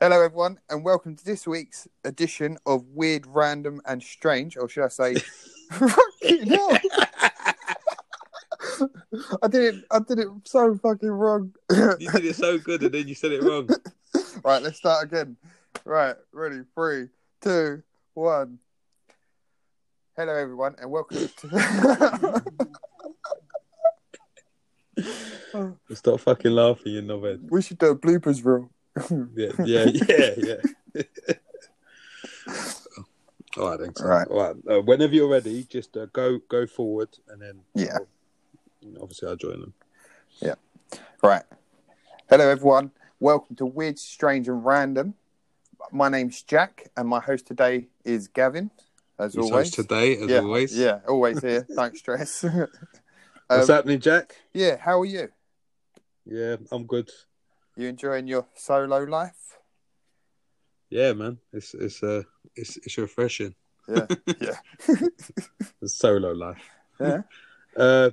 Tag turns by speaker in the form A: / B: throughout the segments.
A: Hello, everyone, and welcome to this week's edition of Weird, Random, and Strange, or should I say, fucking hell. I did it. I did it so fucking wrong.
B: You did it so good, and then you said it wrong.
A: Right, let's start again. Right, ready? Three, two, one. Hello, everyone, and welcome to.
B: Stop fucking laughing, you knobhead.
A: we should do a bloopers reel.
B: Yeah, yeah, yeah, yeah. All right, then. so-
A: Right.
B: All right. Uh, whenever you're ready, just uh, go go forward, and then
A: Yeah.
B: obviously I'll join them.
A: Right. Hello, everyone. Welcome to Weird, Strange, and Random. My name's Jack, and my host today is Gavin, as
B: Your
A: always.
B: host today, as
A: yeah,
B: always.
A: Yeah, always here. Don't stress.
B: What's
A: Um,
B: happening, Jack?
A: Yeah, how are you?
B: Yeah, I'm good.
A: You enjoying your solo life?
B: Yeah, man. It's it's uh it's it's refreshing.
A: Yeah.
B: The solo life.
A: Yeah.
B: Uh,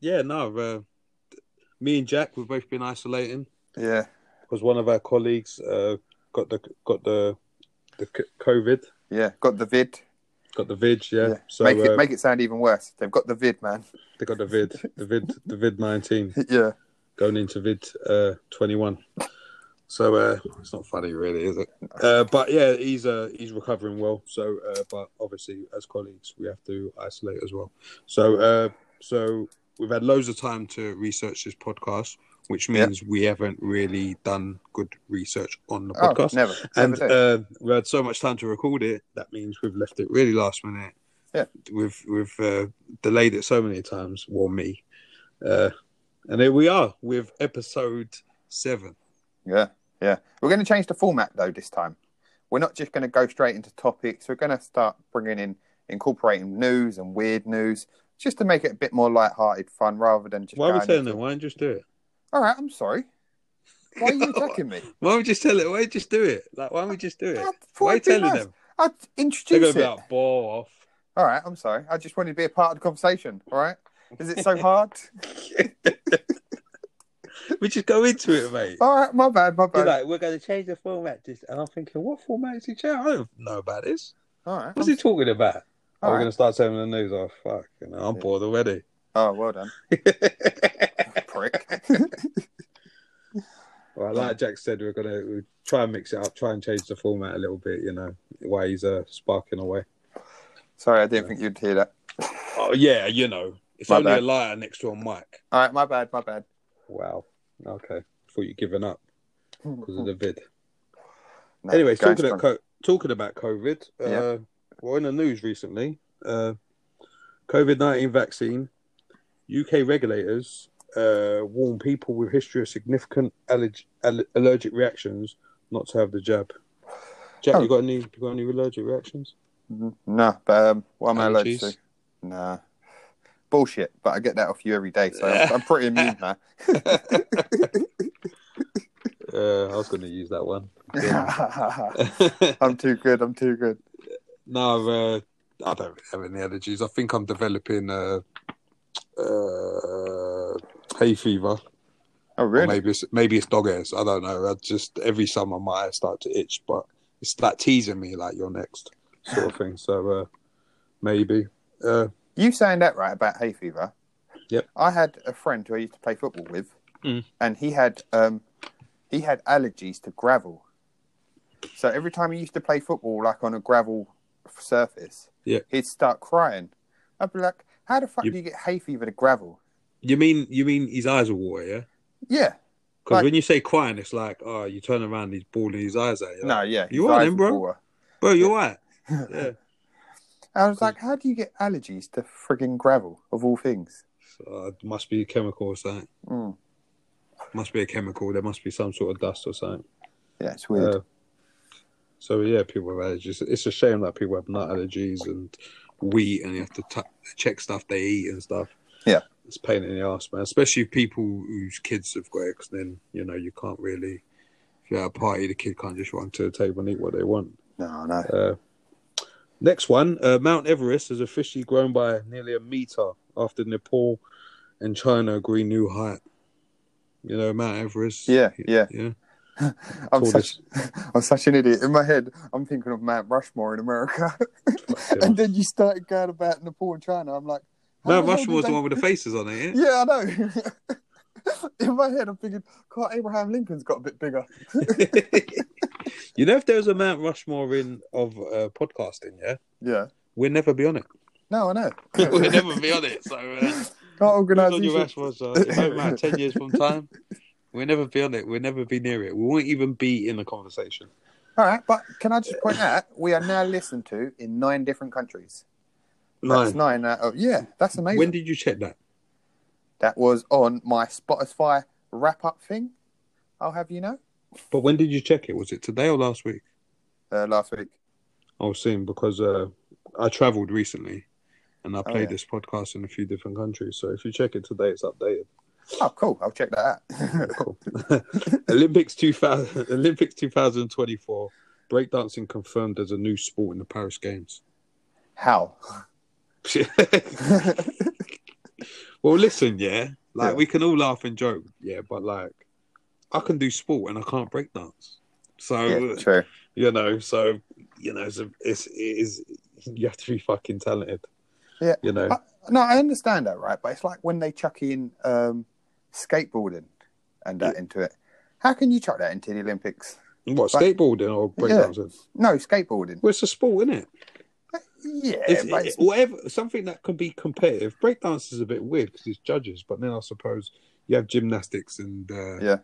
B: yeah. No. Uh, me and Jack, we've both been isolating.
A: yeah.
B: because one of our colleagues uh, got the got the the c- COVID,
A: Yeah. Got the vid.
B: got the vid, yeah.
A: Yeah.
B: So
A: make
B: uh,
A: it make it sound even worse. They've got the vid, man.
B: they got the vid, the vid, the vid nineteen
A: yeah.
B: going into vid uh, twenty one. So uh, it's not funny, really, is it? Uh, but yeah, he's uh, he's recovering well. So, uh, but obviously, as colleagues, we have to isolate as well. So, uh, so we've had loads of time to research this podcast, which
A: Yeah.
B: means we haven't really done good research on the
A: Oh,
B: podcast.
A: never. never
B: and
A: do.
B: uh, we had so much time to record it. That means we've left it really last minute.
A: Yeah.
B: we've we've uh, delayed it so many times. Well, me, uh, and here we are with episode seven.
A: Yeah, yeah. We're going to change the format though this time. We're not just going to go straight into topics. We're going to start bringing in, incorporating news and weird news, just to make it a bit more light-hearted, fun, rather than just.
B: Why are we
A: going
B: telling
A: into-
B: them? Why don't you just do it?
A: All right, I'm sorry. Why are you attacking me?
B: Why don't we just tell it? Why don't you just do it? Like, why don't we just do it?
A: I thought
B: Why are you
A: it'd be
B: telling
A: nice.
B: them?
A: I'd
B: They're
A: introduce
B: gonna
A: it.
B: be like, "Oh." ball off.
A: All right, I'm sorry. I just wanted to be a part of the conversation. All right. Is it so hard?
B: We just go into it, mate.
A: All right, my bad, my
B: You're
A: bad.
B: like, we're going to change the format. Just, and I'm thinking, what format is he changing? I don't know about this.
A: All right.
B: What's he talking about? Oh,
A: All
B: we're
A: right.
B: going to start telling the news. Oh, fuck. You know, I'm
A: Yeah.
B: bored already.
A: Oh, well done, prick.
B: well, like Jack said, we're going to try and mix it up, try and change the format a little bit, you know, while he's uh, sparking away.
A: sorry, I didn't think you'd hear that.
B: Oh, yeah, you know. It's
A: My
B: only
A: bad.
B: a liar next to a mic.
A: All right, my bad, my bad.
B: Wow. Okay. Thought you'd given up because
A: No,
B: of the vid. anyway,
A: going
B: talking about,
A: strong.
B: co- talking about COVID, uh,
A: Yeah.
B: well, in the news recently, uh, COVID 19 vaccine, UK regulators uh, warn people with history of significant allerg- al- allergic reactions not to have the jab. Jack,
A: Oh.
B: you got any you got any allergic reactions?
A: Mm, No, but um, what am I allergic
B: Allergies?
A: to? Nah. Bullshit, but I get that off you every day, so I'm, I'm pretty immune now.
B: Uh, I was going to use that one.
A: I'm too good, I'm too good.
B: no, uh, I don't have any allergies. I think I'm developing uh, uh, hay fever.
A: Oh,
B: Or
A: really?
B: Maybe it's maybe it's dog ears. I don't know. I just every summer my eyes start to itch, but it's like teasing me like you're next sort of thing. So uh, maybe. Uh,
A: You saying that right about hay fever?
B: Yep.
A: I had a friend who I used to play football with,
B: Mm.
A: and he had um, he had allergies to gravel. So every time he used to play football, like on a gravel surface,
B: Yeah.
A: he'd start crying. I'd be like, "How the fuck
B: You-
A: do you get hay fever to gravel?"
B: you mean you mean his eyes are water, yeah?
A: Yeah,
B: Because
A: Like-
B: when you say crying, it's like oh, you turn around, he's bawling his eyes out. You're like,
A: no, yeah.
B: You
A: his
B: are
A: eyes
B: then,
A: were
B: bro.
A: water.
B: bro, you're right. Yeah.
A: I was like, "How do you get allergies to frigging gravel of all things?"
B: So, uh, must be a chemical or something.
A: Mm.
B: Must be a chemical. There must be some sort of dust or something.
A: Yeah, it's weird.
B: Uh, so yeah, people have allergies. It's a shame that people have nut allergies and wheat, and you have to t- check stuff they eat and stuff.
A: Yeah.
B: it's a pain in the ass, man. Especially people whose kids have got it, 'cause then you know you can't really. If you're at a party, the kid can't just run to the table and eat what they want.
A: no, no.
B: Uh, next one, uh, Mount Everest has officially grown by nearly a meter after Nepal and China agree new height. You know, Mount Everest.
A: Yeah, yeah.
B: Yeah.
A: I'm
B: Call
A: such, I'm such an idiot. In my head, I'm thinking of Mount Rushmore in America,
B: Fucking
A: and then you started going about Nepal and China. I'm like, how
B: Mount
A: the hell did
B: Rushmore's
A: they-
B: the one with the faces on it. Yeah?
A: Yeah, I know. in my head, I'm thinking, God, Abraham Lincoln's got a bit bigger.
B: you know, if there was a Mount Rushmore in of uh, podcasting, yeah,
A: Yeah.
B: we'd never be on it.
A: No, I know.
B: we'd never be on it. So, uh,
A: Can't
B: who's
A: organise
B: on
A: these
B: your
A: things.
B: Rushmore, uh, so it don't matter. Ten years from time, we'll never be on it. We'll never be near it. We won't even be in the conversation.
A: All right, but can I just point out we are now listened to in nine different countries. That's
B: Nine.
A: nine out of yeah. That's amazing.
B: When did you check that?
A: That was on my Spotify wrap up thing. I'll have you know.
B: But when did you check it? Was it today or last week?
A: Uh, last week.
B: I was seeing because uh, I travelled recently, and I played
A: yeah.
B: this podcast in a few different countries. So if you check it today, it's updated.
A: Oh, cool. I'll check that out.
B: Cool. Olympics 2000, Olympics 2024. Breakdancing confirmed as a new sport in the Paris Games.
A: How?
B: well, listen, yeah, like
A: Yeah.
B: we can all laugh and joke, yeah, but like I can do sport and I can't breakdance. So
A: yeah, true.
B: you know, so you know, it's, a, it's it is you have to be fucking talented.
A: Yeah.
B: you know,
A: No, I understand that, right? But it's like when they chuck in um, skateboarding and that into it. How can you chuck that into the Olympics?
B: what
A: but-
B: skateboarding or
A: Yeah.
B: breakdancing?
A: No, skateboarding.
B: Well, it's a sport, isn't it?
A: Yeah,
B: It's,
A: Um, but
B: it-
A: it's,
B: whatever something that can be competitive. Breakdance is a bit weird because it's judges, but then I suppose you have gymnastics and uh,
A: Yeah.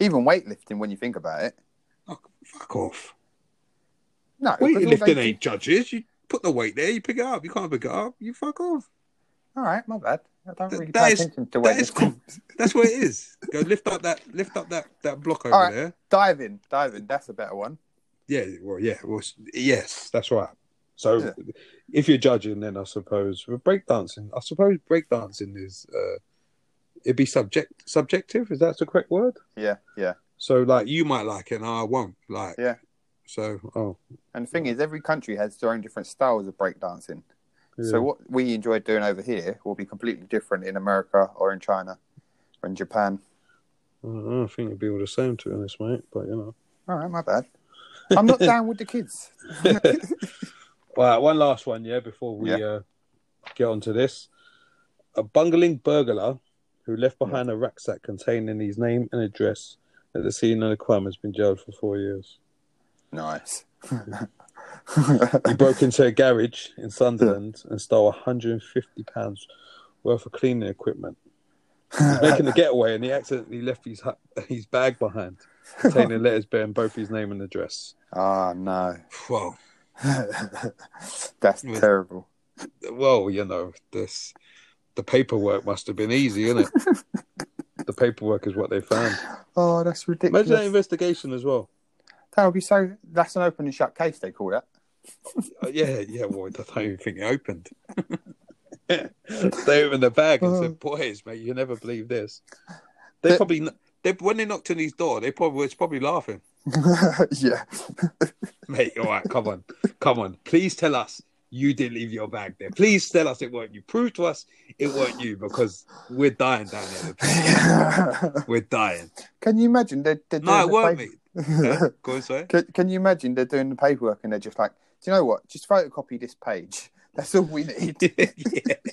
A: even weightlifting when you think about it.
B: fuck off.
A: No, because all
B: Weightlifting
A: they-
B: ain't judges. You put the weight there, you pick it up. You can't pick it up, you fuck off.
A: All right, my bad. I don't really
B: That
A: pay
B: is-
A: attention to
B: that is
A: weightlifting.
B: That's what it is. Go lift up that lift up that that block over
A: All right.
B: there.
A: diving, diving. That's a better one.
B: Yeah, well, yeah, well, s- yes, that's right. So,
A: Yeah.
B: if you're judging, then I suppose with breakdancing, I suppose breakdancing is uh, it'd be subject subjective. Is that the correct word?
A: Yeah, yeah.
B: So, like, you might like it, and I won't. Like,
A: Yeah.
B: So, oh,
A: And the thing is, every country has their own different styles of breakdancing.
B: yeah.
A: So what we enjoy doing over here will be completely different in America or in China or in Japan.
B: I don't know, I think it'd be all the same to be honest, mate. But you know.
A: All right, my bad. I'm not down with the kids.
B: All right, one last one, yeah, before we
A: Yeah.
B: Uh, get onto this. A bungling burglar who left behind a rucksack containing his name and address at the scene of the crime has been jailed for four years.
A: Nice.
B: He broke into a garage in Sunderland and stole £150 worth of cleaning equipment. He's making a getaway and he accidentally left his, hu- his bag behind, containing letters bearing both his name and address.
A: oh no,
B: Well,
A: that's
B: Yeah.
A: terrible.
B: well, you know, this the paperwork must have been easy, innit? the paperwork is what they found.
A: Oh, that's ridiculous.
B: Imagine that investigation as well.
A: that would be so. That's an open and shut case. They call that.
B: Uh, yeah, yeah. Well, I don't even think it opened. they opened the bag and said, "Boys, mate, you never believe this." They
A: They-
B: probably kn- they when they knocked on his door, they probably was probably laughing.
A: yeah.
B: Mate, all right, come on, come on. Please tell us you didn't leave your bag there. Please tell us it weren't you. Prove to us it weren't you because we're dying down there. We're dying.
A: Can you imagine they're, they're
B: No, it
A: doing
B: weren't
A: the
B: me.
A: paper-
B: Huh? Go on, sorry.
A: can, can you imagine they're doing the paperwork and they're just like, do you know what? Just photocopy this page. That's all we need.
B: yeah.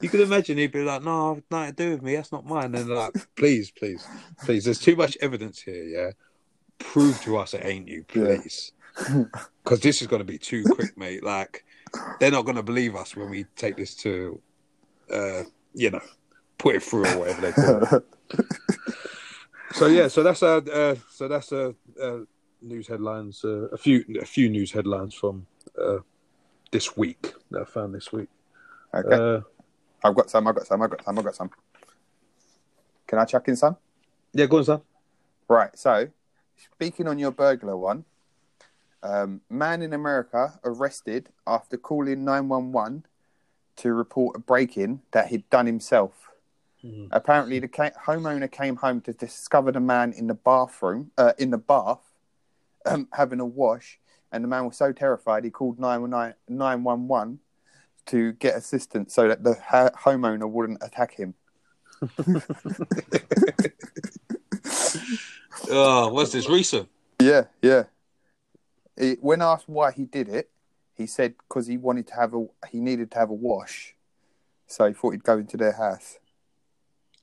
B: You could imagine he'd be like, "No, I've nothing to do with me. That's not mine." And they're like, please, please, please. There's too much evidence here. Yeah, prove to us it ain't you,
A: Yeah.
B: please. Because this is going to be too quick, mate. Like, they're not going to believe us when we take this to, uh, you know, put it through or whatever they call it. so yeah, so that's our, uh, so that's uh, uh, news headlines. Uh, a few, a few news headlines from uh, this week that I found this week.
A: Okay.
B: Uh,
A: I've got some. I've got some. I've got some. I've got some. Can I chuck in some?
B: yeah, go on, Sam.
A: Right. So, speaking on your burglar one, um, man in America arrested after calling 911 to report a break in that he'd done himself.
B: Mhm.
A: Apparently, the ca- homeowner came home to discover the man in the bathroom, uh, in the bath, um, having a wash, and the man was so terrified he called 919 911 to get assistance so that the ha- homeowner wouldn't attack him.
B: Oh, what's this recent?
A: Yeah, yeah. He, when asked why he did it, he said because he wanted to have a he needed to have a wash, so he thought he'd go into their house.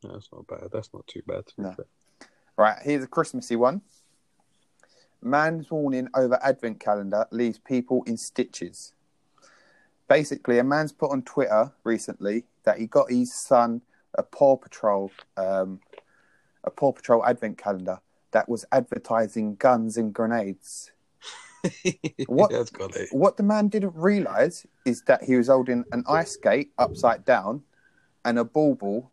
B: No, that's not bad. That's not too bad. To be
A: No.
B: fair.
A: Right, here's a Christmassy one. Man's warning over advent calendar leaves people in stitches. Basically, a man's put on Twitter recently that he got his son a Paw Patrol, um, a Paw Patrol advent calendar that was advertising guns and grenades. What-
B: That's got it.
A: What the man didn't realise is that he was holding an ice skate upside down and a ball ball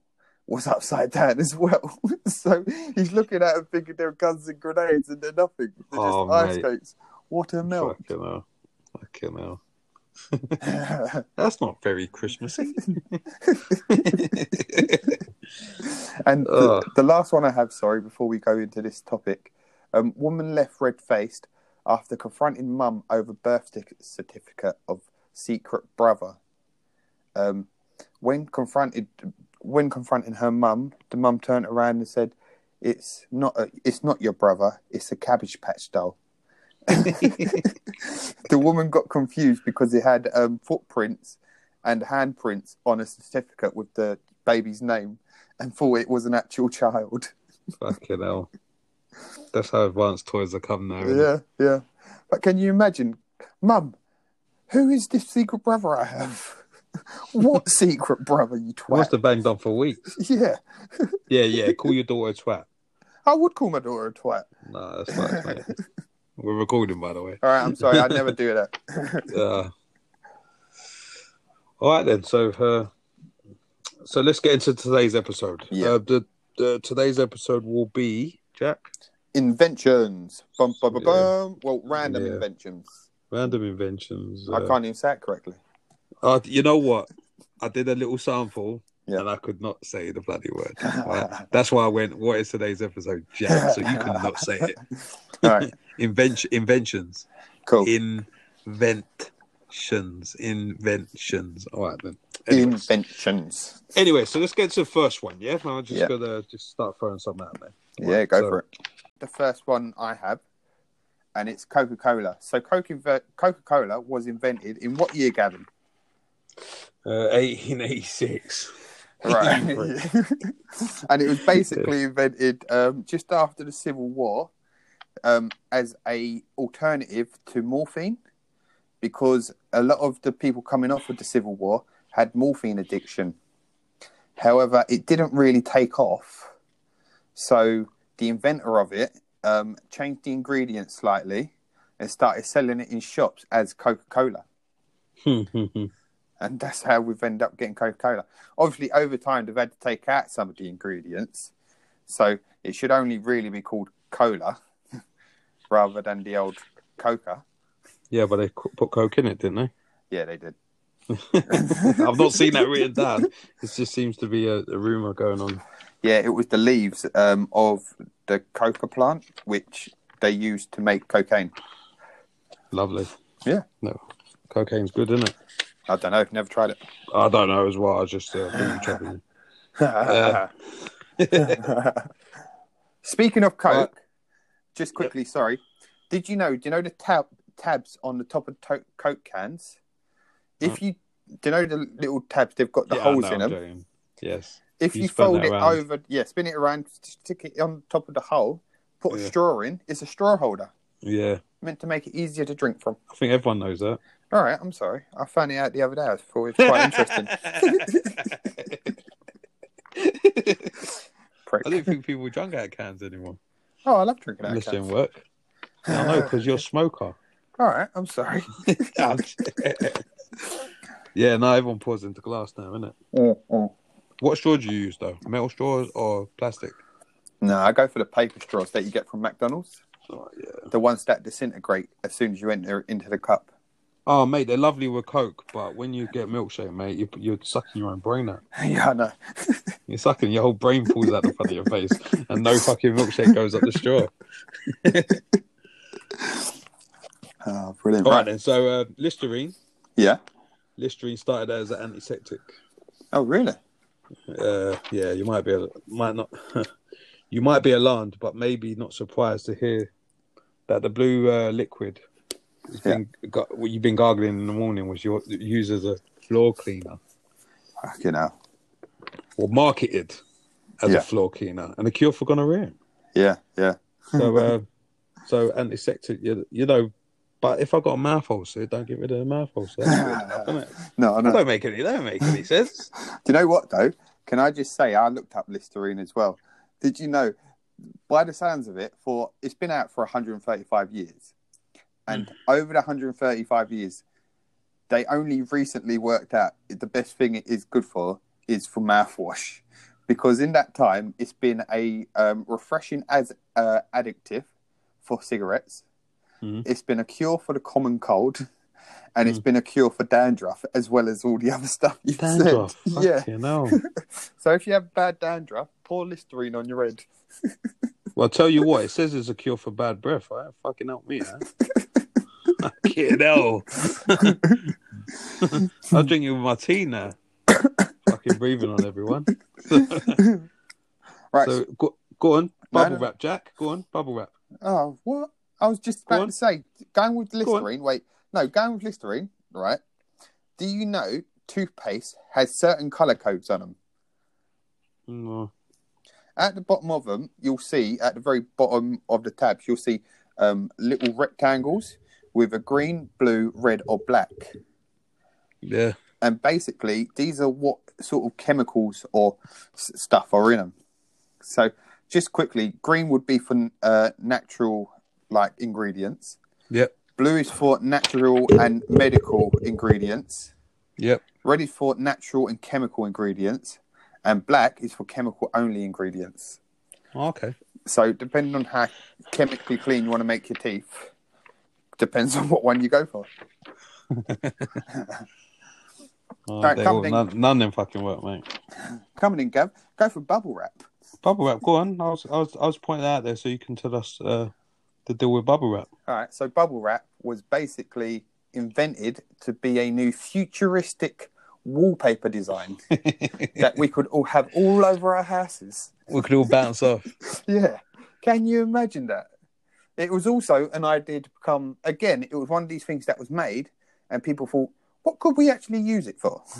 A: was upside down as well. so he's looking at it thinking they're guns and grenades and they're nothing. They're just
B: Oh,
A: ice
B: mate.
A: skates. What a melt.
B: Fucking hell. Fucking hell.
A: and
B: That's not very Christmassy.
A: the,
B: Ugh.
A: the last one I have, sorry, before we go into this topic. Um, woman left red faced after confronting mum over birth tic- certificate of secret brother. Um, when confronted, when confronting her mum, the mum turned around and said, "It's not, a, it's not your brother. It's a cabbage patch doll." the woman got confused because it had um, footprints and handprints on a certificate with the baby's name and thought it was an actual child.
B: Fucking hell. That's how advanced toys have come now. innit?
A: Yeah, yeah. But can you imagine, Mum, who is this secret brother I have? what secret brother, you
B: We must
A: twat?
B: have banged on for weeks.
A: Yeah,
B: Yeah, yeah. Call your daughter a twat.
A: I would call my daughter a twat.
B: No, that's not mate. We're recording, by the way.
A: All right, I'm sorry, I'd never do that.
B: Uh, all right then. So, uh, so let's get into today's episode.
A: Yeah.
B: Uh, the, the today's episode will be Jack
A: Inventions. Bum, bum, bum,
B: Yeah.
A: bum. Well, random
B: Yeah.
A: inventions.
B: random inventions.
A: I
B: uh,
A: can't even say it correctly.
B: Uh, you know what? I did a little sample
A: Yeah.
B: and I could not say the bloody word. Right? That's why I went, What is today's episode, Jack? So you could not say it.
A: All right,
B: Invention, inventions,
A: cool.
B: inventions, inventions. All right, then. Anyway,
A: Inventions.
B: anyway so let's get to the first one. Yeah, I'm just
A: Yeah.
B: gonna just start throwing something out there.
A: Yeah, go
B: so-
A: for it. The first one I have, and it's Coca Cola. So Coca Cola was invented in what year, Gavin?
B: Uh, 1886.
A: Right.
B: Right.
A: and it was basically invented um, just after the Civil War um, as a alternative to morphine, because a lot of the people coming off with the Civil War had morphine addiction. However, it didn't really take off, so the inventor of it um, changed the ingredients slightly and started selling it in shops as Coca Cola and that's how we've ended up getting Coca Cola. Obviously, over time, they've had to take out some of the ingredients, so it should only really be called cola rather than the old Coca.
B: yeah, but they co- put coke in it, didn't they?
A: Yeah, they did.
B: I've not seen that written down. It just seems to be a, a rumor going on.
A: Yeah, it was the leaves um, of the coca plant which they used to make cocaine.
B: Lovely.
A: Yeah.
B: No, cocaine's good, isn't it?
A: I don't know, never tried it.
B: I don't know as well. I just uh, been traveling. Yeah.
A: Speaking of Coke,
B: Right.
A: just quickly, sorry. Did you know? Do you know the tab tabs on the top of to- Coke cans? If you do you know the little tabs, they've got the
B: Mm. Yeah, I
A: holes
B: know,
A: in
B: I'm
A: them.
B: joking. Yes.
A: If
B: You
A: you,
B: spin
A: fold
B: that
A: it
B: round.
A: over, yeah, spin it around, stick it on top of the hole, put
B: Yeah.
A: a straw in. It's a straw holder
B: Yeah.
A: meant to make it easier to drink from.
B: I think everyone knows that.
A: All right, I'm sorry, I found it out the other day. I thought it was quite interesting. Prick.
B: I don't think people drink out of cans anymore.
A: Oh, I love drinking out of
B: Unless you're in
A: cans.
B: work. I know, because you're a smoker.
A: All right, I'm sorry.
B: yeah, now everyone pours into glass now, isn't it? What straw do you use, though? Metal straws or plastic?
A: No, I go for the paper straws that you get from McDonald's.
B: Oh, yeah.
A: The ones that disintegrate as soon as you enter into the cup.
B: oh, mate, they're lovely with Coke, but when you get milkshake, mate, you, you're sucking your own brain out.
A: yeah, I know.
B: You're sucking, your whole brain falls out the front of your face, and no fucking milkshake goes up the straw.
A: Oh, brilliant.
B: All right,
A: Right.
B: then. So, uh, Listerine.
A: Yeah.
B: Listerine started as an antiseptic.
A: Oh, really?
B: Uh, yeah, you might be able, might not. You might be alarmed, but maybe not surprised to hear that the blue uh, liquid has been, got, what you've been gargling in the morning was your, used as a floor cleaner
A: You know,
B: or marketed as
A: Yeah.
B: a floor cleaner and a cure for gonorrhea.
A: yeah, yeah,
B: So,
A: Mm.
B: uh, so antiseptic, you, you know. But if I've got a mouth ulcer, don't get rid of the mouth ulcer. That's good enough, isn't it?
A: no,
B: That
A: no.
B: don't make any. That don't make any sense.
A: Do you know what though? Can I just say I looked up Listerine as well. Did you know? By the sounds of it, for it's been out for 135 years, and over the 135 years, they only recently worked out the best thing it is good for is for mouthwash, because in that time it's been a um, refreshing as uh, addictive for cigarettes.
B: Mhm.
A: It's been a cure for the common cold, and it's been a cure for dandruff as well as all the other stuff you've
B: Dandruff.
A: said.
B: Fuck
A: Yeah.
B: You know.
A: So if you have bad dandruff, pour Listerine on your head.
B: Well, I tell you what, it says it's a cure for bad breath. Right? Fucking help me, huh? Fucking hell. I'll drink it with my tea now. Fucking breathing on everyone.
A: Right.
B: So go, go on,
A: No,
B: bubble
A: no.
B: wrap, Jack. Go on, bubble wrap.
A: oh, what? I was just
B: Go
A: about
B: on.
A: to say, going with
B: Go on.
A: Listerine. Wait, no, going with Listerine. Right? Do you know toothpaste has certain color codes on them?
B: Mm,
A: At the bottom of them, you'll see at the very bottom of the tabs, you'll see um, little rectangles with a green, blue, red, or black.
B: Yeah.
A: and basically these are what sort of chemicals or s- stuff are in them. So just quickly, green would be for uh, natural like ingredients.
B: Yep.
A: Blue is for natural and medical ingredients.
B: Yep.
A: Red is for natural and chemical ingredients, and black is for chemical only ingredients.
B: Okay.
A: So depending on how chemically clean you want to make your teeth, depends on what one you go for.
B: Oh,
A: Right,
B: they
A: come
B: all-
A: then.
B: none, none of them fucking work, mate.
A: Coming in, Gav, go for bubble wrap.
B: Bubble wrap, go on. I was, I was, I was pointing that out there so you can tell us uh, the deal with bubble wrap.
A: All right, so bubble wrap was basically invented to be a new futuristic wallpaper design that we could all have all over our houses.
B: we could all bounce off.
A: Yeah, can you imagine that? It was also an idea to become, again, it was one of these things that was made, and people thought, what could we actually use it for?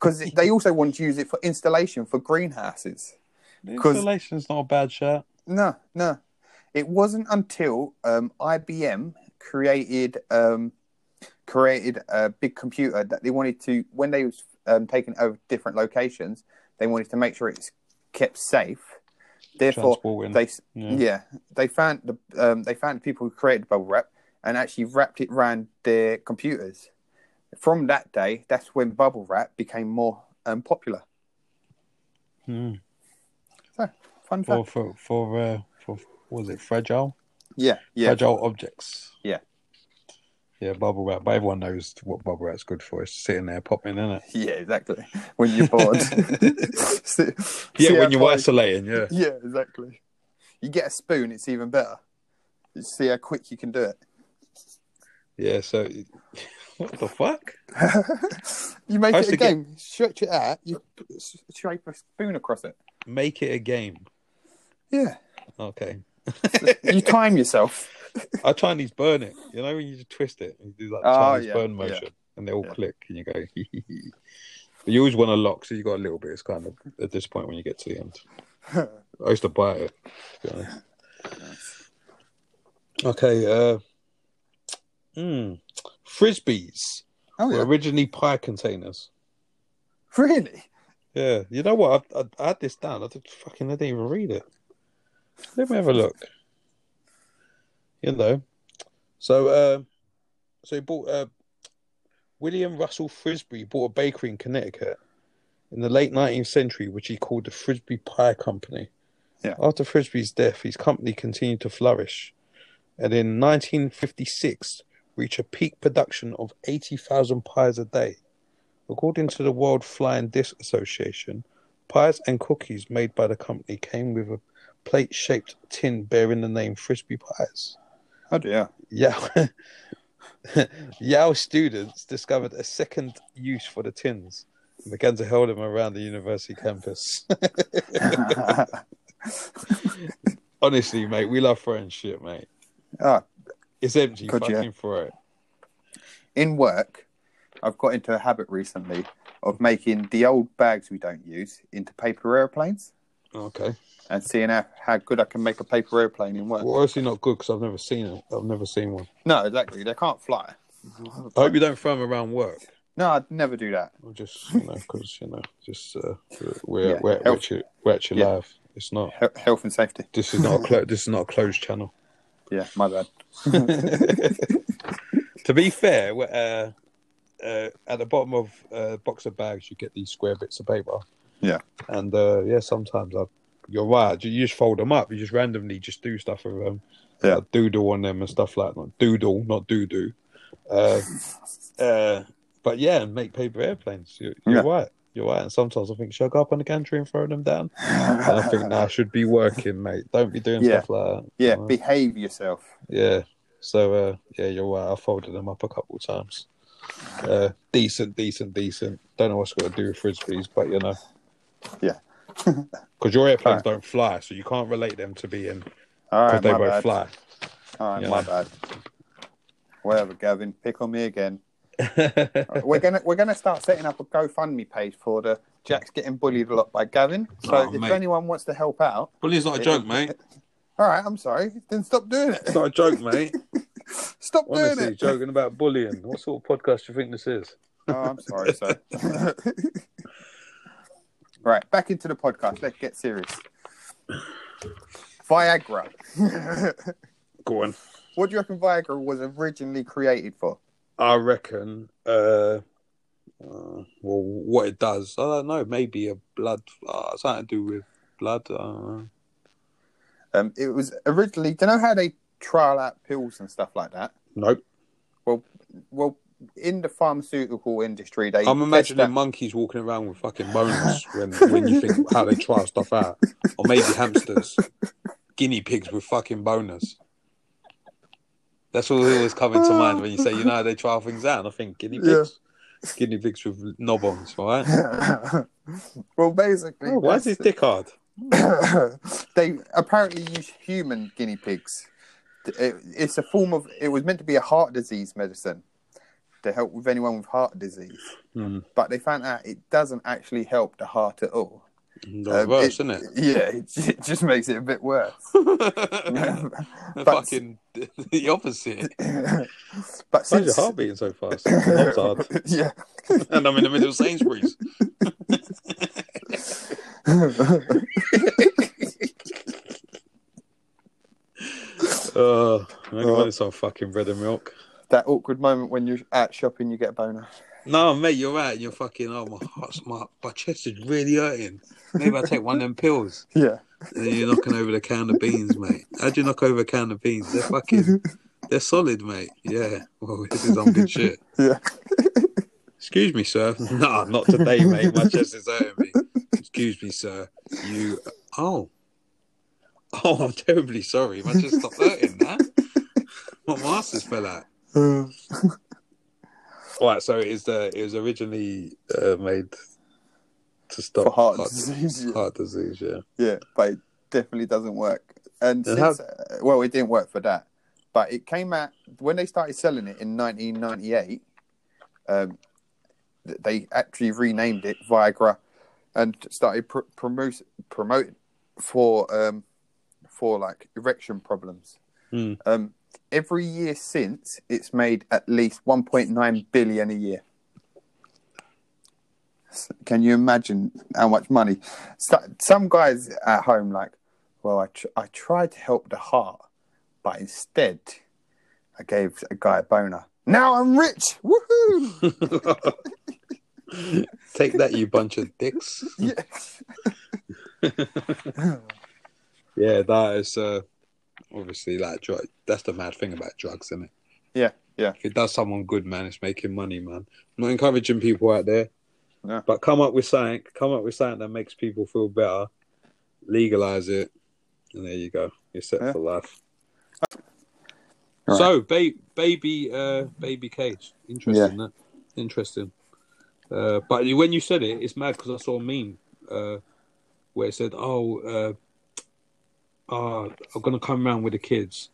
A: Because they also wanted to use it for installation for greenhouses.
B: The
A: 'Cause-
B: installation's not a bad shirt.
A: No, no. It wasn't until um, IBM created um, created a big computer that they wanted to when they was um, taking over different locations, they wanted to make sure it's kept safe. Therefore,
B: Transporting.
A: they yeah.
B: Yeah.
A: they found the um, they found people who created bubble wrap and actually wrapped it around their computers. From that day, that's when bubble wrap became more um, popular.
B: Hmm.
A: Fun fact.
B: for for for uh, for what was it fragile
A: yeah, yeah,
B: fragile objects.
A: Yeah.
B: yeah, bubble wrap. But everyone knows what bubble wrap's good for. It's sitting there popping in it.
A: Yeah, exactly. When you're bored. See-
B: Yeah,
A: see
B: when
A: how
B: you're
A: far-
B: isolating. Yeah,
A: Yeah, exactly. You get a spoon, it's even better. You see how quick you can do it.
B: yeah. So what the fuck?
A: you make
B: I
A: it
B: used
A: a
B: to get-
A: game, stretch it out, you p- s- scrape a spoon across it.
B: Make it a game.
A: Yeah.
B: Okay,
A: You time yourself.
B: I Chinese burn it. You know when you just twist it and you do that
A: Oh,
B: Chinese
A: yeah,
B: burn
A: yeah.
B: motion, and they all
A: Yeah.
B: click, and you go. But you always want to lock, so you got a little bit. It's kind of at this point when you get to the end. I used to buy it. to be honest. Okay. Uh, hmm. Frisbees
A: Oh,
B: were
A: yeah.
B: originally pie containers.
A: Really?
B: Yeah. You know what? I, I, I had this down. I did, fucking I didn't even read it. Let me have a look. You know. So, uh, so he bought uh, William Russell Frisbee bought a bakery in Connecticut in the late 19th century, which he called the Frisbee Pie Company.
A: Yeah.
B: After Frisbee's death, his company continued to flourish, and in 1956 reached a peak production of 80,000 pies a day. According to the World Flying Disc Association, pies and cookies made by the company came with a plate-shaped tin bearing the name Frisbee Pies.
A: Oh, dear.
B: Yao, Yao students discovered a second use for the tins and began to hurl them around the university campus. Honestly, mate, we love throwing shit, mate.
A: Ah.
B: It's empty.
A: Could you?
B: fucking throw it.
A: in work, I've got into a habit recently of making the old bags we don't use into paper airplanes
B: Okay.
A: and seeing how, how good I can make a paper airplane in work.
B: Well, obviously not good because I've never seen it. I've never seen one.
A: No, exactly. They can't fly.
B: I hope you don't throw them around work.
A: No, I'd never do that.
B: Or just you know, because you know, just uh, we're
A: Yeah,
B: we're, we're,
A: health-
B: at your, we're at your
A: yeah.
B: live. It's not.
A: He- health and safety.
B: This is not. A clo- this is not a closed channel.
A: Yeah, my bad.
B: to be fair, we're, uh, uh, at the bottom of uh, box of bags, you get these square bits of paper.
A: Yeah.
B: and uh, yeah, sometimes I, you're right. You, you just fold them up. You just randomly just do stuff with them.
A: Yeah.
B: Like doodle on them and stuff like that. Doodle, not doo doo. Uh, uh, but yeah, and make paper airplanes. You, you're
A: Yeah.
B: right. You're right. And sometimes I think, should I go up on the gantry and throw them down? And I think, nah, I should be working, mate. Don't be doing
A: Yeah.
B: stuff like that.
A: yeah,
B: Uh,
A: behave yourself.
B: yeah. So uh, yeah, you're right. I folded them up a couple of times. Uh, decent, decent, decent. Don't know what's got to do with frisbees, but you know.
A: Yeah.
B: Because your airplanes
A: Alright.
B: don't fly, so you can't relate them to being
A: All
B: because
A: right,
B: they
A: my
B: both
A: bad.
B: fly.
A: All right,
B: Yeah.
A: my bad. Whatever, Gavin, pick on me again. Uh, we're gonna we're gonna start setting up a GoFundMe page for the Jack's getting bullied a lot by Gavin. So
B: Oh,
A: if
B: mate.
A: anyone wants to help out,
B: Bullying's not
A: a joke, mate. all right, I'm sorry, then stop doing
B: It's
A: it.
B: not a joke, mate.
A: Stop doing
B: Honestly,
A: it.
B: joking about bullying. What sort of podcast do you think this is?
A: Oh, I'm sorry, sir. right, back into the podcast. Let's get serious. Viagra.
B: Go on.
A: what do you reckon Viagra was originally created for?
B: I reckon. Uh, uh, well, what it does, I don't know. Maybe a blood, uh, something to do with blood. Uh,
A: Um, it was originally. Do you know how they trial out pills and stuff like that?
B: nope.
A: Well, in the pharmaceutical industry, they.
B: I'm
A: test
B: imagining
A: out-
B: monkeys walking around with fucking bones when, when you think how they try stuff out, or maybe hamsters, guinea pigs with fucking boners. That's what always coming to mind when you say, you know, how they try things out. And I think guinea
A: Yeah.
B: pigs, guinea pigs with knob ons, right?
A: well, basically,
B: Oh, why is his
A: that's-
B: dick hard?
A: they apparently use human guinea pigs. It, it's a form of. It was meant to be a heart disease medicine to help with anyone with heart disease,
B: Hmm.
A: but they found out it doesn't actually help the heart at all.
B: No,
A: Um,
B: worse,
A: it-
B: isn't it?
A: Yeah, it, it just makes it a bit worse.
B: the
A: but-
B: fucking the opposite.
A: but
B: Why's your
A: since,
B: heart beating so fast? Your knob's hard.
A: yeah,
B: And I'm in the middle of Sainsbury's. Oh, I
A: Oh.
B: want some fucking bread and milk.
A: that awkward moment when you're out shopping, you get a boner.
B: No, mate, you're right. You're fucking. Oh, my heart's my my chest is really hurting. Maybe I take one of them pills.
A: Yeah,
B: And then you're knocking over the can of beans, mate. How'd you knock over a can of beans? They're fucking. They're solid, mate. Yeah. Well, this is on good shit.
A: yeah.
B: Excuse me, sir. Nah, not today, mate. My chest is hurting me. Excuse me, sir. You. Oh. Oh, I'm terribly sorry. My chest stopped hurting now. My master's fell out. Uh, Right, so it is the it was originally uh, made to stop
A: for heart disease. yeah.
B: heart disease, yeah.
A: Yeah, but it definitely doesn't work. And
B: And
A: since,
B: how-
A: uh, well, it didn't work for that, but it came out when they started selling it in 1998. Um, th- they actually renamed it Viagra and started pr- promote promote for um for like erection problems.
B: Hmm.
A: Um, every year since, it's made at least 1.9 billion a year. S- Can you imagine how much money? So- Some guys at home like, well, I tr- I tried to help the heart, but instead, I gave a guy a boner. Now I'm rich. Woohoo!
B: Take that, you bunch of dicks.
A: yes.
B: Yeah, that is uh, obviously like drug. That's the mad thing about drugs, isn't it?
A: Yeah, yeah.
B: If it does someone good, man, it's making money, man. I'm not encouraging people out there,
A: No.
B: but come up with something. Come up with something that makes people feel better. Legalize it, and there you go. You're set
A: Yeah.
B: for life.
A: All
B: So, ba- baby, uh, baby cage. Interesting. That. Interesting. Uh, but when you said it, it's mad because I saw a meme uh, where it said, "Oh, uh, oh, I'm gonna come around with the kids.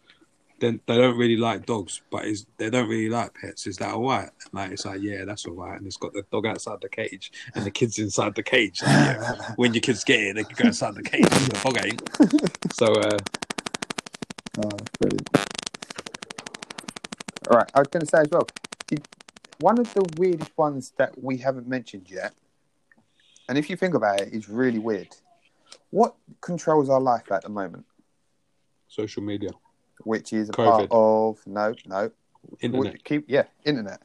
B: Then they don't really like dogs, but is they don't really like pets. Is that all right? And like it's like yeah, that's all right. And it's got the dog outside the cage and the kids inside the cage. Like, yeah, when your kids get here, they can go inside the cage. The dog ain't. So uh,
A: Oh, brilliant. All right, I was going to say as well, did- one of the weirdest ones that we haven't mentioned yet, and if you think about it, is really weird. What controls our life at the moment?
B: social media,
A: Which is a part
B: COVID.
A: of no, no.
B: internet.
A: We keep yeah, internet.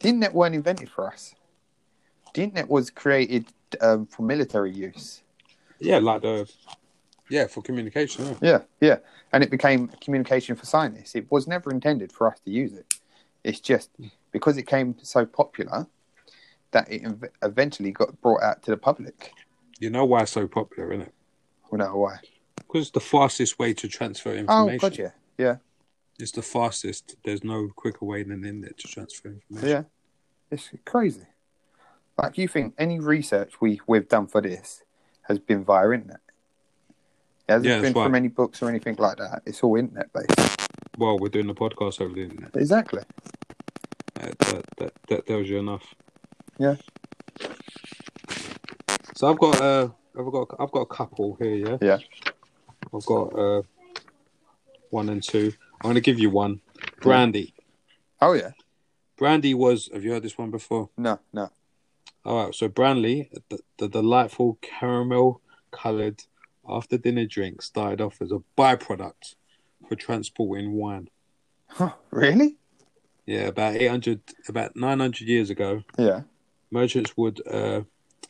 A: The internet weren't invented for us. The internet was created um, for military use.
B: Yeah, like the yeah for communication. yeah.
A: Yeah, yeah. And it became communication for scientists. It was never intended for us to use it. It's just because it came so popular that it ev- eventually got brought out to the public.
B: You know why it's so popular, isn't it?
A: We know why.
B: Because it's the fastest way to transfer information.
A: Oh, God, yeah. Yeah,
B: It's the fastest. There's no quicker way than internet to transfer information.
A: yeah. It's crazy. Like, you think any research we, we've done for this has been via internet? It hasn't
B: Yeah, that's
A: been from
B: right.
A: any books or anything like that. It's all internet based.
B: Well, we're doing the podcast over the internet.
A: Exactly.
B: That that, that, that tells you enough.
A: Yeah.
B: So I've got uh, I've got I've got a couple here. Yeah.
A: Yeah.
B: I've got uh, one and two. I'm gonna give you one. Brandy.
A: Oh, yeah.
B: Brandy was. Have you heard this one before?
A: No, no.
B: All right, so Branley, the, the delightful caramel coloured after dinner drink, started off as a byproduct for transporting wine.
A: Huh, really?
B: Yeah, about 800, about 900 years ago,
A: Yeah.
B: merchants would uh,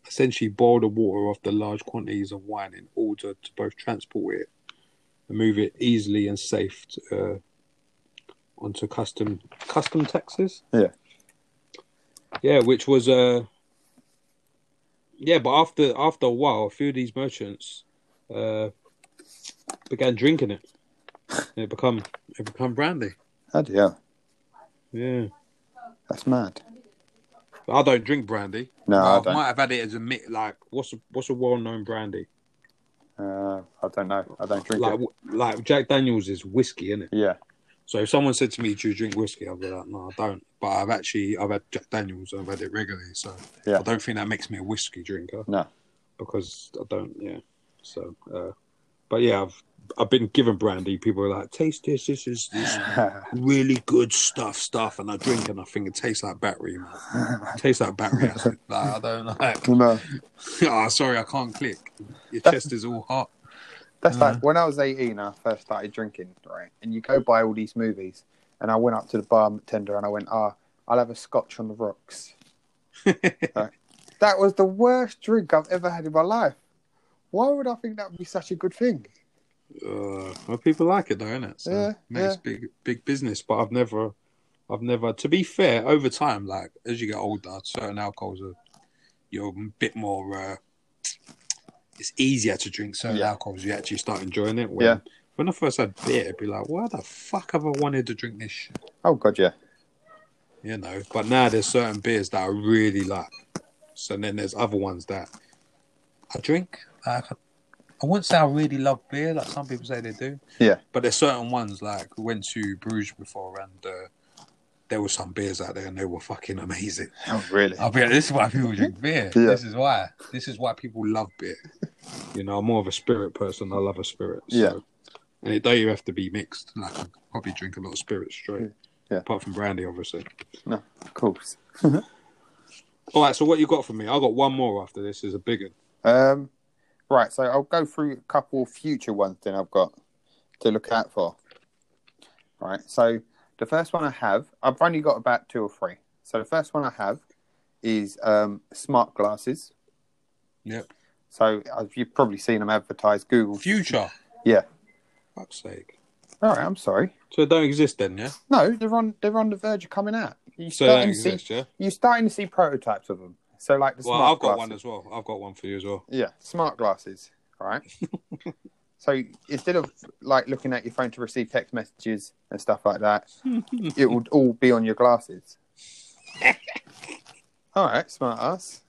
B: essentially boil the water off the large quantities of wine in order to both transport it and move it easily and safe to, uh, onto custom custom taxes.
A: Yeah.
B: Yeah, which was uh yeah, but after after a while, a few of these merchants uh, began drinking it. And it become it become brandy.
A: Bloody hell.
B: Yeah,
A: That's mad.
B: But I don't drink brandy.
A: No, I
B: Well, I,
A: don't.
B: might have had it as a mi- like what's a, what's a well known brandy
A: Uh, I don't know. I don't drink
B: like
A: it.
B: w- like Jack Daniels is whiskey, isn't it?
A: Yeah.
B: So if someone said to me, "Do you drink whiskey?" I'd be like, "No, I don't." But I've actually I've had Jack Daniels. I've had it regularly, so
A: Yeah.
B: I don't think that makes me a whiskey drinker.
A: No.
B: because I don't. Yeah. So, uh, but yeah, I've I've been given brandy. People are like, "Taste this. This is this really good stuff." Stuff, and I drink and I think it tastes like battery. Man. tastes like battery acid. Like, I don't like.
A: no.
B: oh, sorry, I can't click. Your chest is all hot.
A: That's like when I was 18, I first started drinking, right? And you go buy all these movies. And I went up to the bar tender and I went, ah, I'll have a scotch on the rocks. Right. That was the worst drink I've ever had in my life. Why would I think that would be such a good thing?
B: uh, well, people like it though, innit? So
A: Yeah,
B: it makes
A: yeah.
B: big big business. But I've never, I've never. To be fair, over time, like as you get older, certain alcohols are you're a bit more. Uh, it's easier to drink certain
A: Yeah.
B: alcohols. You actually start enjoying it. When,
A: Yeah.
B: When I first had beer, it'd be like, why the fuck have I wanted to drink this shit?
A: Oh, God, yeah.
B: you know. But now there's certain beers that I really like. So then there's other ones that I drink. Like, I wouldn't say I really love beer, like some people say they do.
A: Yeah.
B: But there's certain ones like we went to Bruges before, and uh, there were some beers out there, and they were fucking amazing.
A: Oh, really?
B: I'll be like, this is why people drink beer.
A: Yeah.
B: This is why. This is why people love beer. You know, I'm more of a spirit person. I love a spirit. So.
A: Yeah.
B: And it don't even have to be mixed. Like, I probably drink a lot of spirits straight.
A: Yeah.
B: Apart from brandy, obviously.
A: No, of course.
B: All right, so what you got for me? I got one more after this. Is a big one.
A: Um, right, so I'll go through a couple future ones then I've got to look out for. Right, so the first one I have, I've only got about two or three. So the first one I have is um, smart glasses.
B: Yep.
A: So uh, you've probably seen them advertised. Google.
B: Future.
A: Yeah.
B: Fuck's sake.
A: All right, I'm sorry.
B: So it don't exist then, yeah?
A: No, they're on. They're on the verge of coming out. You
B: So it don't
A: starting to see.
B: exist, yeah?
A: You're starting to see prototypes of them. So like the
B: Well,
A: smart
B: I've got
A: glasses.
B: one as well. I've got one for you as well.
A: Yeah, smart glasses, right? so instead of like looking at your phone to receive text messages and stuff like that, it would all be on your glasses. all right, smart ass.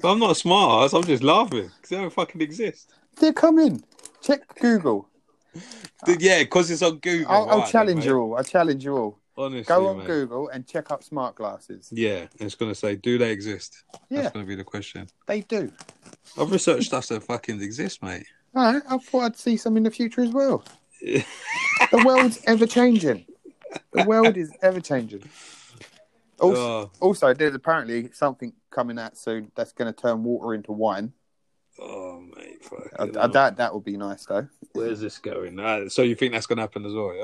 B: But I'm not a smart ass. I'm just laughing because they don't fucking exist.
A: They're coming. Check Google.
B: yeah, because it's on Google.
A: Uh, I'll, I'll
B: right,
A: challenge
B: mate.
A: you all. I'll challenge you all.
B: Honestly,
A: Go on
B: mate.
A: Google and check up smart glasses.
B: Yeah, and it's gonna say, do they exist?
A: Yeah,
B: That's gonna be the question.
A: they do.
B: I've researched stuff that fucking exists, mate.
A: All right, I thought I'd see some in the future as well. the world's ever changing. The world is ever changing. Also,
B: Oh,
A: also, there's apparently something coming out soon that's going to turn water into wine.
B: oh, mate. fucking
A: I, I
B: hell.
A: doubt that would be nice though.
B: Where's this going? Uh, so you think that's gonna happen as well?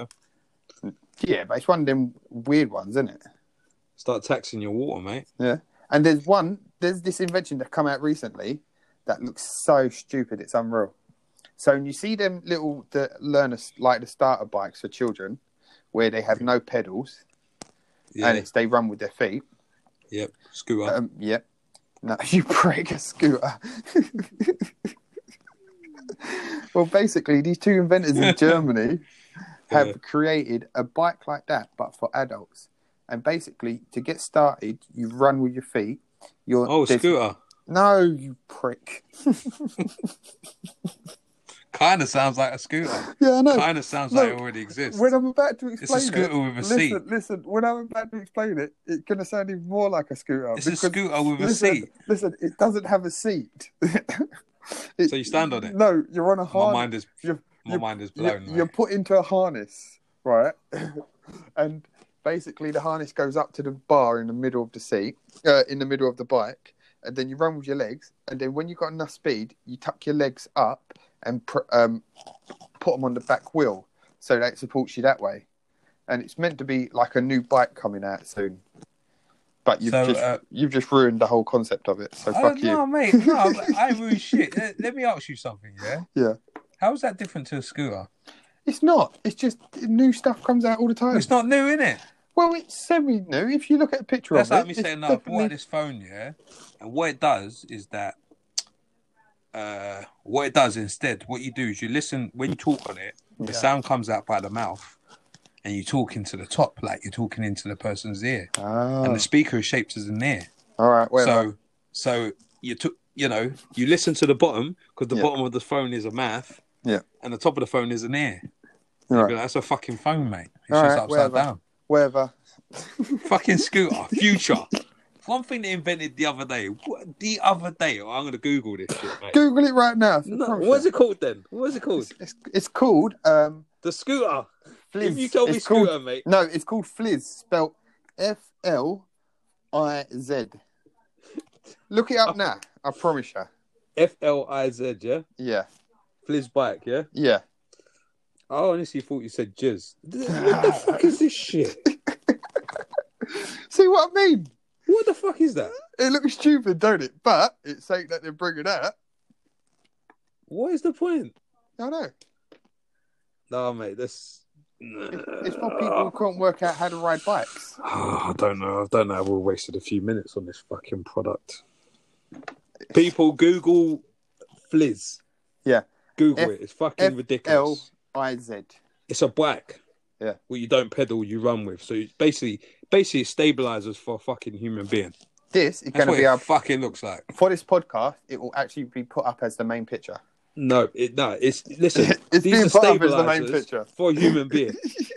B: Yeah.
A: Yeah, but it's one of them weird ones, isn't it?
B: Start taxing your water, mate.
A: And there's one, there's this invention that come out recently that looks so stupid, it's unreal. So you see them little the learners like the starter bikes for children, where they have no pedals
B: Yeah.
A: and it's they run with their feet.
B: Yep. Screw up.
A: Um, yep. No, you break a scooter. well, basically, these two inventors in Germany have
B: Yeah.
A: created a bike like that, but for adults. And basically, to get started, you run with your feet. You're,
B: oh,
A: there's-
B: scooter.
A: No, you prick.
B: Kind of sounds like a scooter.
A: Yeah, I know.
B: Kind of sounds
A: No.
B: like it already exists.
A: When I'm about to
B: It's a
A: explain
B: scooter
A: it,
B: with a
A: listen,
B: seat.
A: listen. When I'm about to explain it, it's going to sound even more like a scooter.
B: It's a scooter with a
A: listen,
B: seat.
A: Listen, it doesn't have a seat. It-
B: So you stand on it?
A: No, you're on a
B: My
A: harness.
B: mind is
A: you're-
B: my
A: you're-
B: mind is
A: you're,
B: blown.
A: you're
B: mate.
A: put into a harness, right? and basically, the harness goes up to the bar in the middle of the seat, uh, in the middle of the bike, and then you run with your legs. And then when you've got enough speed, you tuck your legs up and pr- um, put them on the back wheel so that it supports you that way. And it's meant to be like a new bike coming out soon. But you've
B: So,
A: just
B: uh,
A: you've just ruined the whole concept of it. So
B: I
A: fuck
B: don't
A: you.
B: know, mate. No, I really shit. Uh, Let me ask you something, yeah?
A: Yeah.
B: How is that different to a scooter?
A: It's not. It's just new stuff comes out all the time.
B: It's not new, innit?
A: Well, it's semi new. If you look at a picture
B: That's
A: of it,
B: like me
A: it's
B: saying, no, I bought
A: definitely-
B: this phone, yeah? And what it does is that, uh, what it does instead, what you do is you listen, when you talk on it, the
A: Yeah.
B: sound comes out by the mouth and you talk into the top, like you're talking into the person's ear. And
A: Ah,
B: the speaker is shaped as an ear.
A: all right. Well,
B: so, so you took, you know, you listen to the bottom because the
A: Yeah.
B: bottom of the phone is a mouth,
A: Yeah.
B: and the top of the phone is an ear.
A: all
B: You'd be
A: right.
B: like, That's a fucking phone, mate. It's
A: All
B: just
A: right,
B: upside
A: whatever.
B: down.
A: Whatever.
B: Fucking scooter, future. One thing they invented the other day. What, the other day, oh, I'm gonna Google this shit, mate.
A: Google it right now. for
B: No,
A: promise
B: what's
A: you.
B: it called then? What's it called?
A: It's, it's called um.
B: The scooter.
A: Fliz.
B: If you told me uh,
A: It's called-
B: scooter, mate.
A: no, it's called Fliz, spelt F L I Z. Look it
B: Oh.
A: up now. I promise you.
B: F L I Z, yeah.
A: Yeah,
B: Fliz bike, yeah.
A: yeah.
B: I honestly thought you said jizz. What the fuck is this shit?
A: See what I mean?
B: What the fuck is that?
A: It looks stupid, don't it? But it's saying that they're bringing out.
B: What is the point?
A: I know.
B: No, mate, this.
A: It's for people who can't work out how to ride bikes.
B: Ah, I don't know. I don't know. We wasted a few minutes on this fucking product. People, Google Fliz.
A: Yeah.
B: Google
A: F-
B: it. It's fucking
A: F- L
B: ridiculous.
A: I Z.
B: It's a bike.
A: Yeah.
B: Well, you don't pedal, you run with. So it's basically, basically, it stabilizers for a fucking human being.
A: This is
B: That's
A: going to
B: what
A: be
B: it
A: our
B: fucking looks like.
A: for this podcast, it will actually be put up as the main picture.
B: No, it no. It's listen.
A: It's
B: these
A: being
B: are
A: put up as the main
B: stabilizers
A: picture.
B: for a human being,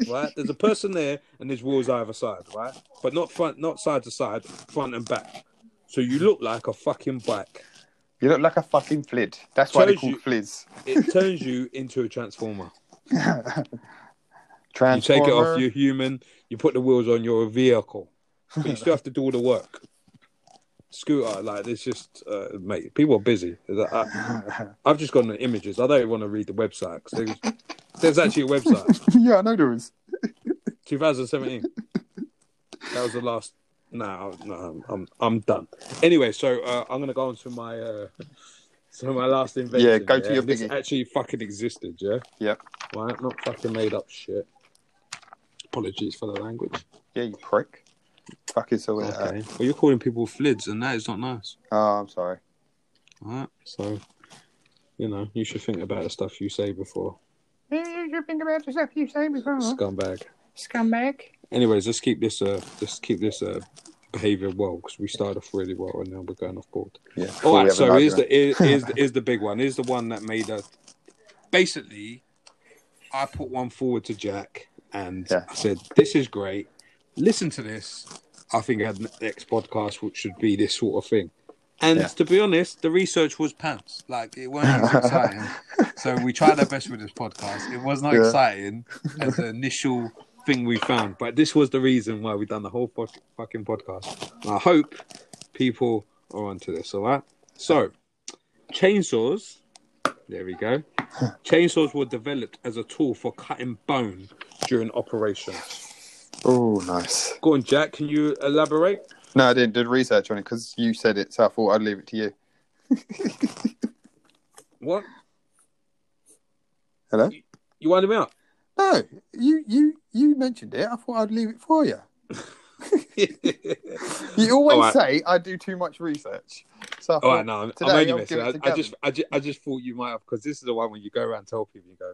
B: right? There's a person there, and there's walls either side, right? But not front, not side to side, front and back. So you look like a fucking bike.
A: You look like a fucking flid. That's why they're
B: Tells you-
A: called flids.
B: It turns you into a transformer. You
A: Transformer.
B: take it off, you're human. You put the wheels on, you're a vehicle. But you still have to do all the work. Scooter, like it's just, uh, mate. People are busy. I, have just gotten the images. I don't even want to read the website 'cause there's, there's actually a website.
A: yeah, I know there is.
B: 2017. that was the last. No, no, I'm I'm, I'm done. Anyway, so uh, I'm gonna go on to my uh, so my last invention.
A: Yeah, go to your
B: This
A: biggie.
B: actually fucking existed. Yeah,
A: Yep.
B: right. Not fucking made up shit. Apologies for the language.
A: Yeah, you prick. Fucking so it out.
B: Okay. Well, you're calling people flids, and that is not nice.
A: Oh, I'm sorry.
B: All right. So, you know, you should think about the stuff you say before
A: You should think about the stuff you say before.
B: scumbag.
A: Scumbag.
B: Anyways, let's keep this uh, let's keep this uh, behavior well because we started off really well, and now we're going off board.
A: Yeah.
B: All right,
A: we have
B: so
A: an
B: here's the
A: argument.
B: here's, here's the here's the big one. Here's the one that made us basically I put one forward to Jack and
A: Yeah.
B: I said, This is great. Listen to this. I think I had an next podcast which should be this sort of thing. And
A: Yeah.
B: to be honest, the research was pants. Like it wasn't as exciting. so we tried our best with this podcast. It was not
A: Yeah.
B: exciting as the initial thing we found, but this was the reason why we done the whole pod- fucking podcast. And I hope people are onto this. All right. So chainsaws. There we go. Chainsaws were developed as a tool for cutting bone during operations.
A: Oh, nice.
B: Go on, Jack. Can you elaborate?
A: No, I didn't do the research on it because you said it, so I thought I'd leave it to you.
B: What?
A: Hello?
B: You winding me up?
A: No, you you you mentioned it. I thought I'd leave it for you. You always
B: Alright.
A: say I do too much research. So I
B: All
A: thought,
B: right, no, I'm, I'm
A: Today,
B: only
A: I'll
B: messing.
A: give it
B: I,
A: to
B: I
A: Gavin.
B: just, I just, I just thought you might have because this is the one where you go around and tell people you go,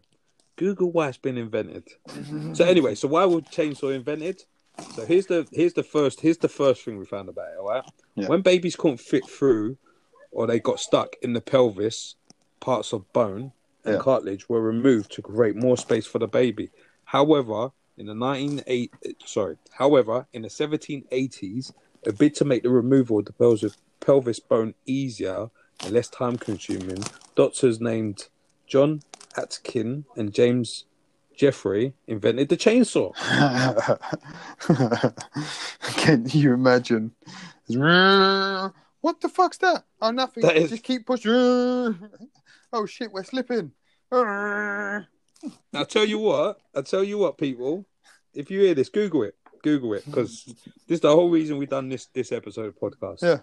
B: Google why it's been invented.
A: Mm-hmm.
B: so anyway, so why were chainsaw invented? So here's the here's the first here's the first thing we found about it. All right,
A: Yeah.
B: when babies couldn't fit through, or they got stuck in the pelvis, parts of bone and
A: Yeah.
B: cartilage were removed to create more space for the baby. However, in the 198 sorry, however, in the 1780s, a bid to make the removal of the pelvis, pelvis bone easier and less time consuming, doctors named John Atkin and James Jeffrey invented the chainsaw.
A: Can you imagine? What the fuck's that? Oh, nothing.
B: That is-
A: Just keep pushing. Oh shit, we're slipping.
B: Now, I tell you what, I tell you what, people, if you hear this, Google it, Google it, because this is the whole reason we done this this episode of podcast.
A: Yeah.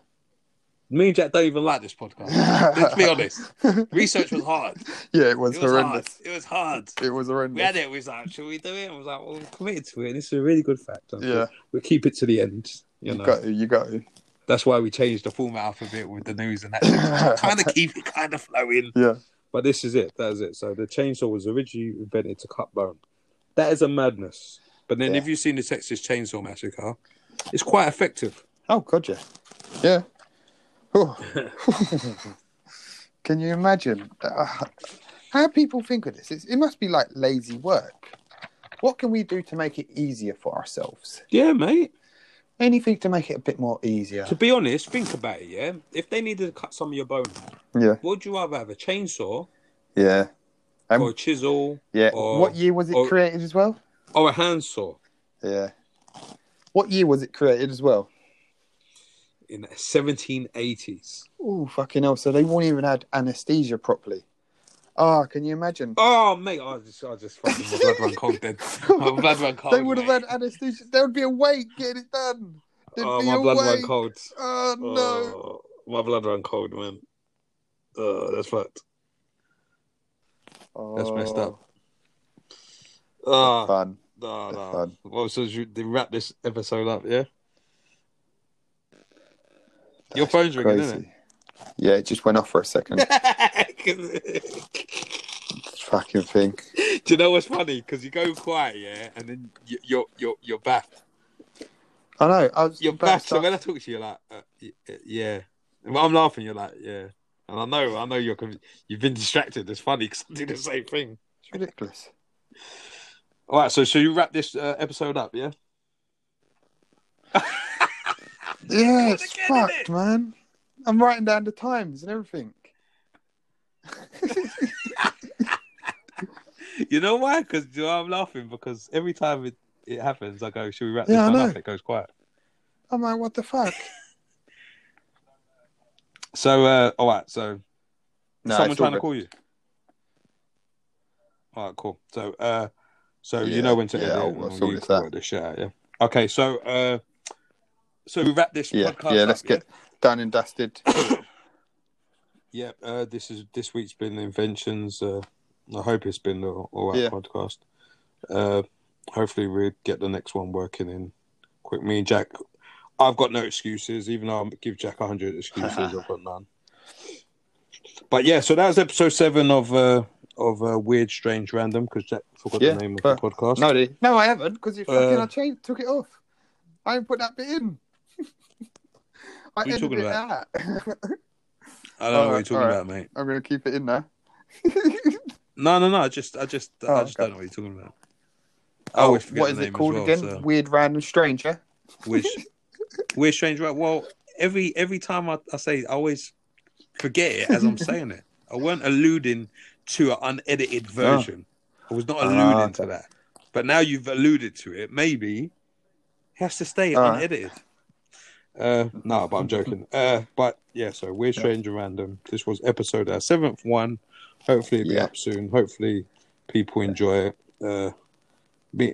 B: Me and Jack don't even like this podcast. Let's be honest. Research was hard.
A: Yeah, it was
B: it was
A: horrendous.
B: hard. It was hard.
A: It was
B: We
A: horrendous.
B: had it. We was like, should we do it? I was like, well, we're committed to it. And it's a really good fact.
A: Yeah,
B: We'll keep it to the end. You
A: you,
B: know,
A: got to, you got to.
B: that's why we changed the format up a bit with the news and that. kind of keep it kind of flowing.
A: Yeah.
B: But this is it. That is it. So the chainsaw was originally invented to cut bone. That is a madness. But then,
A: Yeah.
B: if you've seen the Texas Chainsaw Massacre, it's quite effective.
A: Oh, God, yeah. Yeah. Oh. Can you imagine? Uh, how people think of this? It's, it must be like lazy work. What can we do to make it easier for ourselves?
B: Yeah, mate.
A: Anything to make it a bit more easier.
B: To be honest, think about it. Yeah, if they needed to cut some of your bone,
A: Yeah.
B: would you rather have a chainsaw
A: Yeah. Um,
B: or a chisel
A: Yeah.
B: Or-
A: what year was it
B: or-
A: created as well?
B: or a handsaw
A: Yeah. What year was it created as well?
B: in the 1780s?
A: Oh, fucking hell. So they won't even had anesthesia properly. Ah, can you imagine?
B: Oh, mate, I just, I just fucking my blood run cold then. My blood run cold.
A: they would have
B: mate.
A: had anesthesia. They would be awake getting it done. They'd
B: Oh,
A: be
B: my blood
A: awake.
B: run cold.
A: Oh, no.
B: Oh, my blood ran cold, man. Oh, that's fucked. that's messed up.
A: Oh,
B: Ah,
A: fun.
B: no,
A: that's
B: no.
A: fun.
B: Well, so you they wrap this episode up, yeah? Your phone's ringing, isn't
A: Crazy. Yeah, it just went off for a second.
B: it?
A: Fucking thing.
B: Do you know what's funny? Because you go quiet, yeah, and then you, you're you're you're back.
A: I know. I was
B: You're
A: about
B: back.
A: to
B: So
A: start-
B: when I talk to you, you're like, uh, y- uh, yeah. And when I'm laughing. You're like, yeah. And I know, I know you're con- you've been distracted. It's funny because I do the same thing.
A: It's ridiculous.
B: All right, so so you wrap this uh, episode up, yeah?
A: Yeah, it's
B: again,
A: fucked,
B: innit?
A: man. I'm writing down the times and everything.
B: You know why? Because you know, I'm laughing because every time it, it happens, I go, "Should we wrap
A: Yeah, I
B: this one
A: know.
B: up?" It goes quiet.
A: I'm like, what the fuck?
B: So, uh, all right. So,
A: No,
B: someone
A: it's all
B: trying to
A: good.
B: call you. All right, cool. So, uh, so
A: Yeah,
B: you know when to
A: yeah,
B: edit
A: I'll-
B: and
A: I'll
B: when
A: sort
B: you
A: this out.
B: work this shit out, yeah. Okay, so, uh, so we wrap this
A: Yeah,
B: podcast.
A: yeah.
B: up,
A: Let's get done and dusted.
B: Yeah, yeah uh, this is this week's been the inventions. Uh, I hope it's been the all right
A: Yeah.
B: podcast. Uh, hopefully we get the next one working in quick. Me and Jack, I've got no excuses. Even though I give Jack hundred excuses, I've got none. But yeah, so that was episode seven of uh, of uh, weird, strange, random because Jack forgot
A: Yeah,
B: the name of
A: but-
B: the podcast.
A: No, they- no, I haven't because you fucking
B: Uh,
A: I changed, took it off. I didn't put that bit in. I
B: are you
A: edited it
B: talking
A: out.
B: I don't know what
A: Alright,
B: you're talking
A: alright.
B: about, mate.
A: I'm gonna keep it in now.
B: No, no, no. I just, I just,
A: Oh,
B: I just
A: okay.
B: don't know what you're talking about.
A: Oh,
B: I always forget
A: what
B: the
A: is
B: name
A: it
B: as
A: called
B: well,
A: again?
B: so-
A: Weird Random Stranger.
B: We're, sh- we're strange, right? Well, every every time I, I say, it, I always forget it as I'm saying it. I weren't alluding to an unedited version. I was not
A: Oh. Ah,
B: alluding to that. But now you've alluded to it. Maybe it has to stay
A: All right.
B: unedited. Uh, no, but I'm joking. Uh, but yeah, so we're
A: Yeah.
B: strange and random. This was episode our seventh one. Hopefully, it'll be
A: Yeah.
B: up soon. Hopefully, people enjoy it. Uh, be,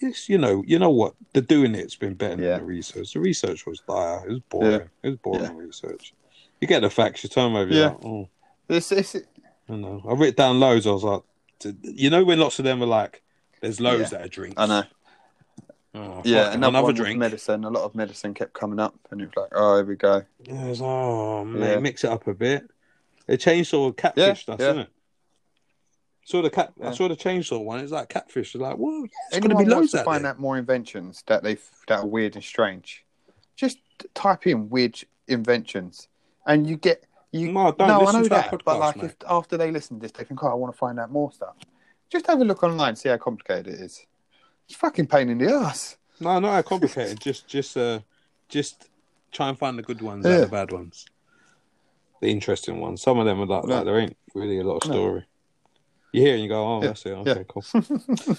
B: it's, you know, you know what? The doing it's been better
A: Yeah.
B: than the research. The research was dire. It was boring.
A: Yeah.
B: It was boring
A: Yeah.
B: research. You get the facts. You turn over. You're
A: Yeah.
B: like, oh,
A: This, this,
B: I know. I wrote down loads. I was like, t- you know, when lots of them are like, there's loads that are drinks.
A: I know.
B: Oh,
A: Yeah, another,
B: fuck, another
A: one was
B: drink.
A: Medicine. A lot of medicine kept coming up, and it was like, oh, here we go.
B: Yeah, it's, oh man,
A: Yeah.
B: mix it up a bit. It chainsaw with catfish,
A: Yeah,
B: that's
A: yeah.
B: isn't it? Saw the cat. I
A: Yeah.
B: saw the chainsaw one. It's like catfish. It's like, whoa, yeah, it's
A: Anyone
B: going to be
A: wants
B: loads
A: to
B: out
A: find
B: there.
A: out more inventions that they that are weird and strange. Just type in weird inventions, and you get you.
B: No, don't
A: no, I
B: listen
A: know
B: to
A: that,
B: that,
A: but
B: podcast,
A: like
B: mate.
A: if after they listen to this, they think, oh, I want to find out more stuff. Just have a look online, see how complicated it is. It's a fucking pain in the ass.
B: No, not that complicated. just, just, uh, just try and find the good ones out
A: Yeah.
B: of the bad ones, the interesting ones. Some of them are like,
A: No.
B: like there ain't really a lot of
A: No.
B: story. You hear and you go, oh,
A: Yeah,
B: that's it. Okay, cool.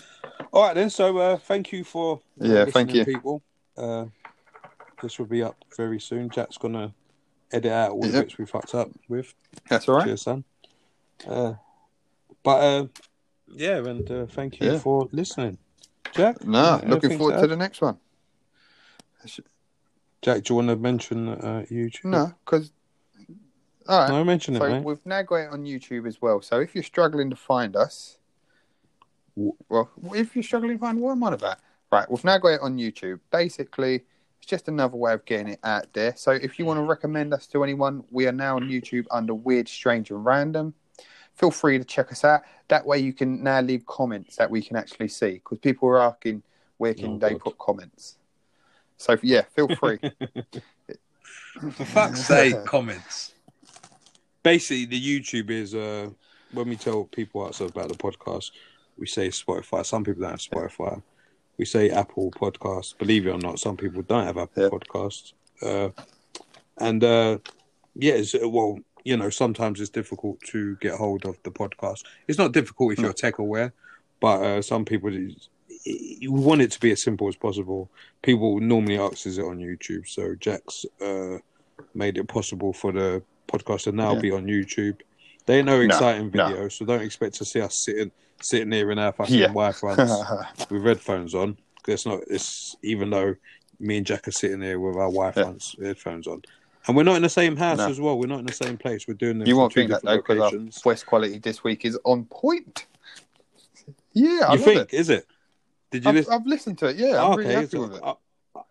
B: All right then. So, uh, thank you for uh,
A: Yeah, thank
B: listening,
A: you.
B: people. Uh, this will be up very soon. Jack's gonna edit out all the
A: Yep.
B: bits we fucked up with.
A: That's all right.
B: Cheers, son. Uh, but uh, yeah, and uh, thank you
A: Yeah.
B: for listening, Jack.
A: No,
B: anything
A: looking forward
B: add?
A: to the next one.
B: Jack, do you want to mention uh, YouTube?
A: No, because all right.
B: no, mention it,
A: So
B: mate.
A: we've now got it on YouTube as well. So if you're struggling to find us,
B: W-
A: well, if you're struggling to find what am I on about? Right, we've now got it on YouTube. Basically, it's just another way of getting it out there. So if you want to recommend us to anyone, we are now on YouTube under Weird, Strange, and Random. Feel free to check us out. That way, you can now leave comments that we can actually see because people are asking where can
B: Oh,
A: they
B: God.
A: put comments. So yeah, feel free.
B: For fuck's sake, comments. Basically, the YouTube is uh, when we tell people outside about the podcast, we say Spotify. Some people don't have Spotify. We say Apple Podcasts. Believe it or not, some people don't have Apple
A: Yeah.
B: Podcasts. Uh, and uh, yeah, it's, well, you know, sometimes it's difficult to get hold of the podcast. It's not difficult if
A: Hmm.
B: you're tech aware, but uh, some people you want it to be as simple as possible. People normally ask is it on YouTube, so Jack's uh, made it possible for the podcast to now
A: Yeah.
B: be on YouTube. They ain't no exciting
A: no.
B: videos, so don't expect to see us sitting sitting here in our fucking
A: Yeah.
B: wife runs with headphones on. 'Cause It's not. It's even though me and Jack are sitting here with our wife
A: Yeah.
B: runs headphones on, and we're not in the same house
A: No.
B: as well. We're not in the same place. We're doing this.
A: You
B: from
A: won't
B: two
A: think that though,
B: different
A: because our
B: locations.
A: voice quality this week is on point. Yeah, I
B: You
A: love
B: think
A: it.
B: is it? Did you
A: I've,
B: listen?
A: I've listened to it. Yeah, I'm really happy
B: so-
A: with it.
B: Oh, oh,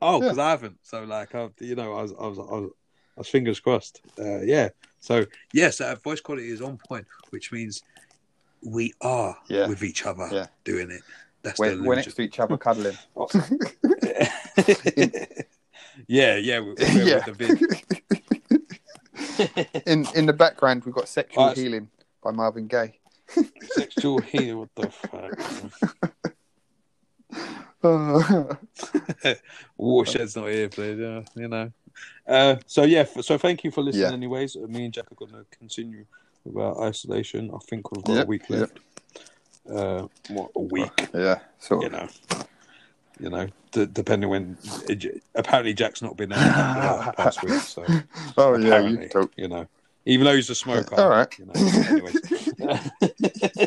B: oh,
A: Yeah.
B: because I haven't. So, like, I've, you know, I was, I was, I was, I was fingers crossed. Uh, yeah. So, yes, our voice quality is on point, which means we are
A: Yeah.
B: with each other
A: Yeah.
B: doing it. That's
A: We're,
B: the
A: we're next to each other cuddling.
B: illusion. yeah, yeah, we we're
A: Yeah.
B: With the vid.
A: In in the background, we've got Sexual
B: Alright.
A: Healing by Marvin Gaye.
B: Sexual healing. What the fuck?
A: Uh,
B: Watershed's not here, but uh, you know. Uh, so yeah, f- so thank you for listening.
A: Yeah.
B: Anyways, Uh, me and Jack are going to continue with our isolation. I think we've got
A: Yep,
B: a week
A: yep.
B: left. Uh, what a week,
A: yeah, sort
B: you
A: of.
B: know. You know, d- depending when. Apparently, Jack's not been out for the past week, so
A: Oh yeah,
B: apparently,
A: you talk.
B: you know, even though he's a smoker.
A: All right.
B: You know, anyways.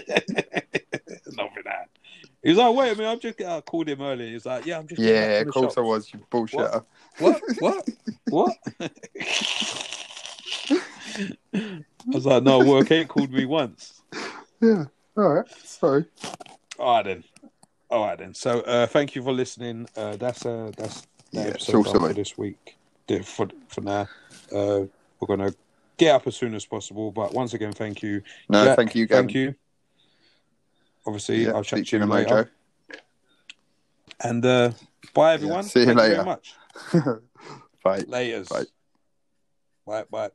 B: not been out. He was like, wait a minute, I'm just. I called him earlier. He was like, yeah, I'm just. getting back
A: Yeah,
B: from
A: of
B: the
A: course
B: shop."
A: I was. You bullshitter.
B: What? What? what? I was like, no, work ain't called me once.
A: Yeah. All right. Sorry.
B: All right then. All right then. So, uh, thank you for listening. Uh, that's uh, that's
A: Yeah,
B: the episode
A: so
B: done for
A: sorry.
B: this week. Yeah, For for now, uh, we're gonna get up as soon as possible. But once again, thank you.
A: No,
B: Jack,
A: thank you. Gavin.
B: Thank you. Obviously,
A: Yeah,
B: I'll
A: speak to
B: chat to
A: you
B: you
A: in a
B: later. And uh, bye, everyone.
A: see you
B: thank you
A: later.
B: very much.
A: mojo. Bye.
B: Layers.
A: Bye.
B: Bye. Bye.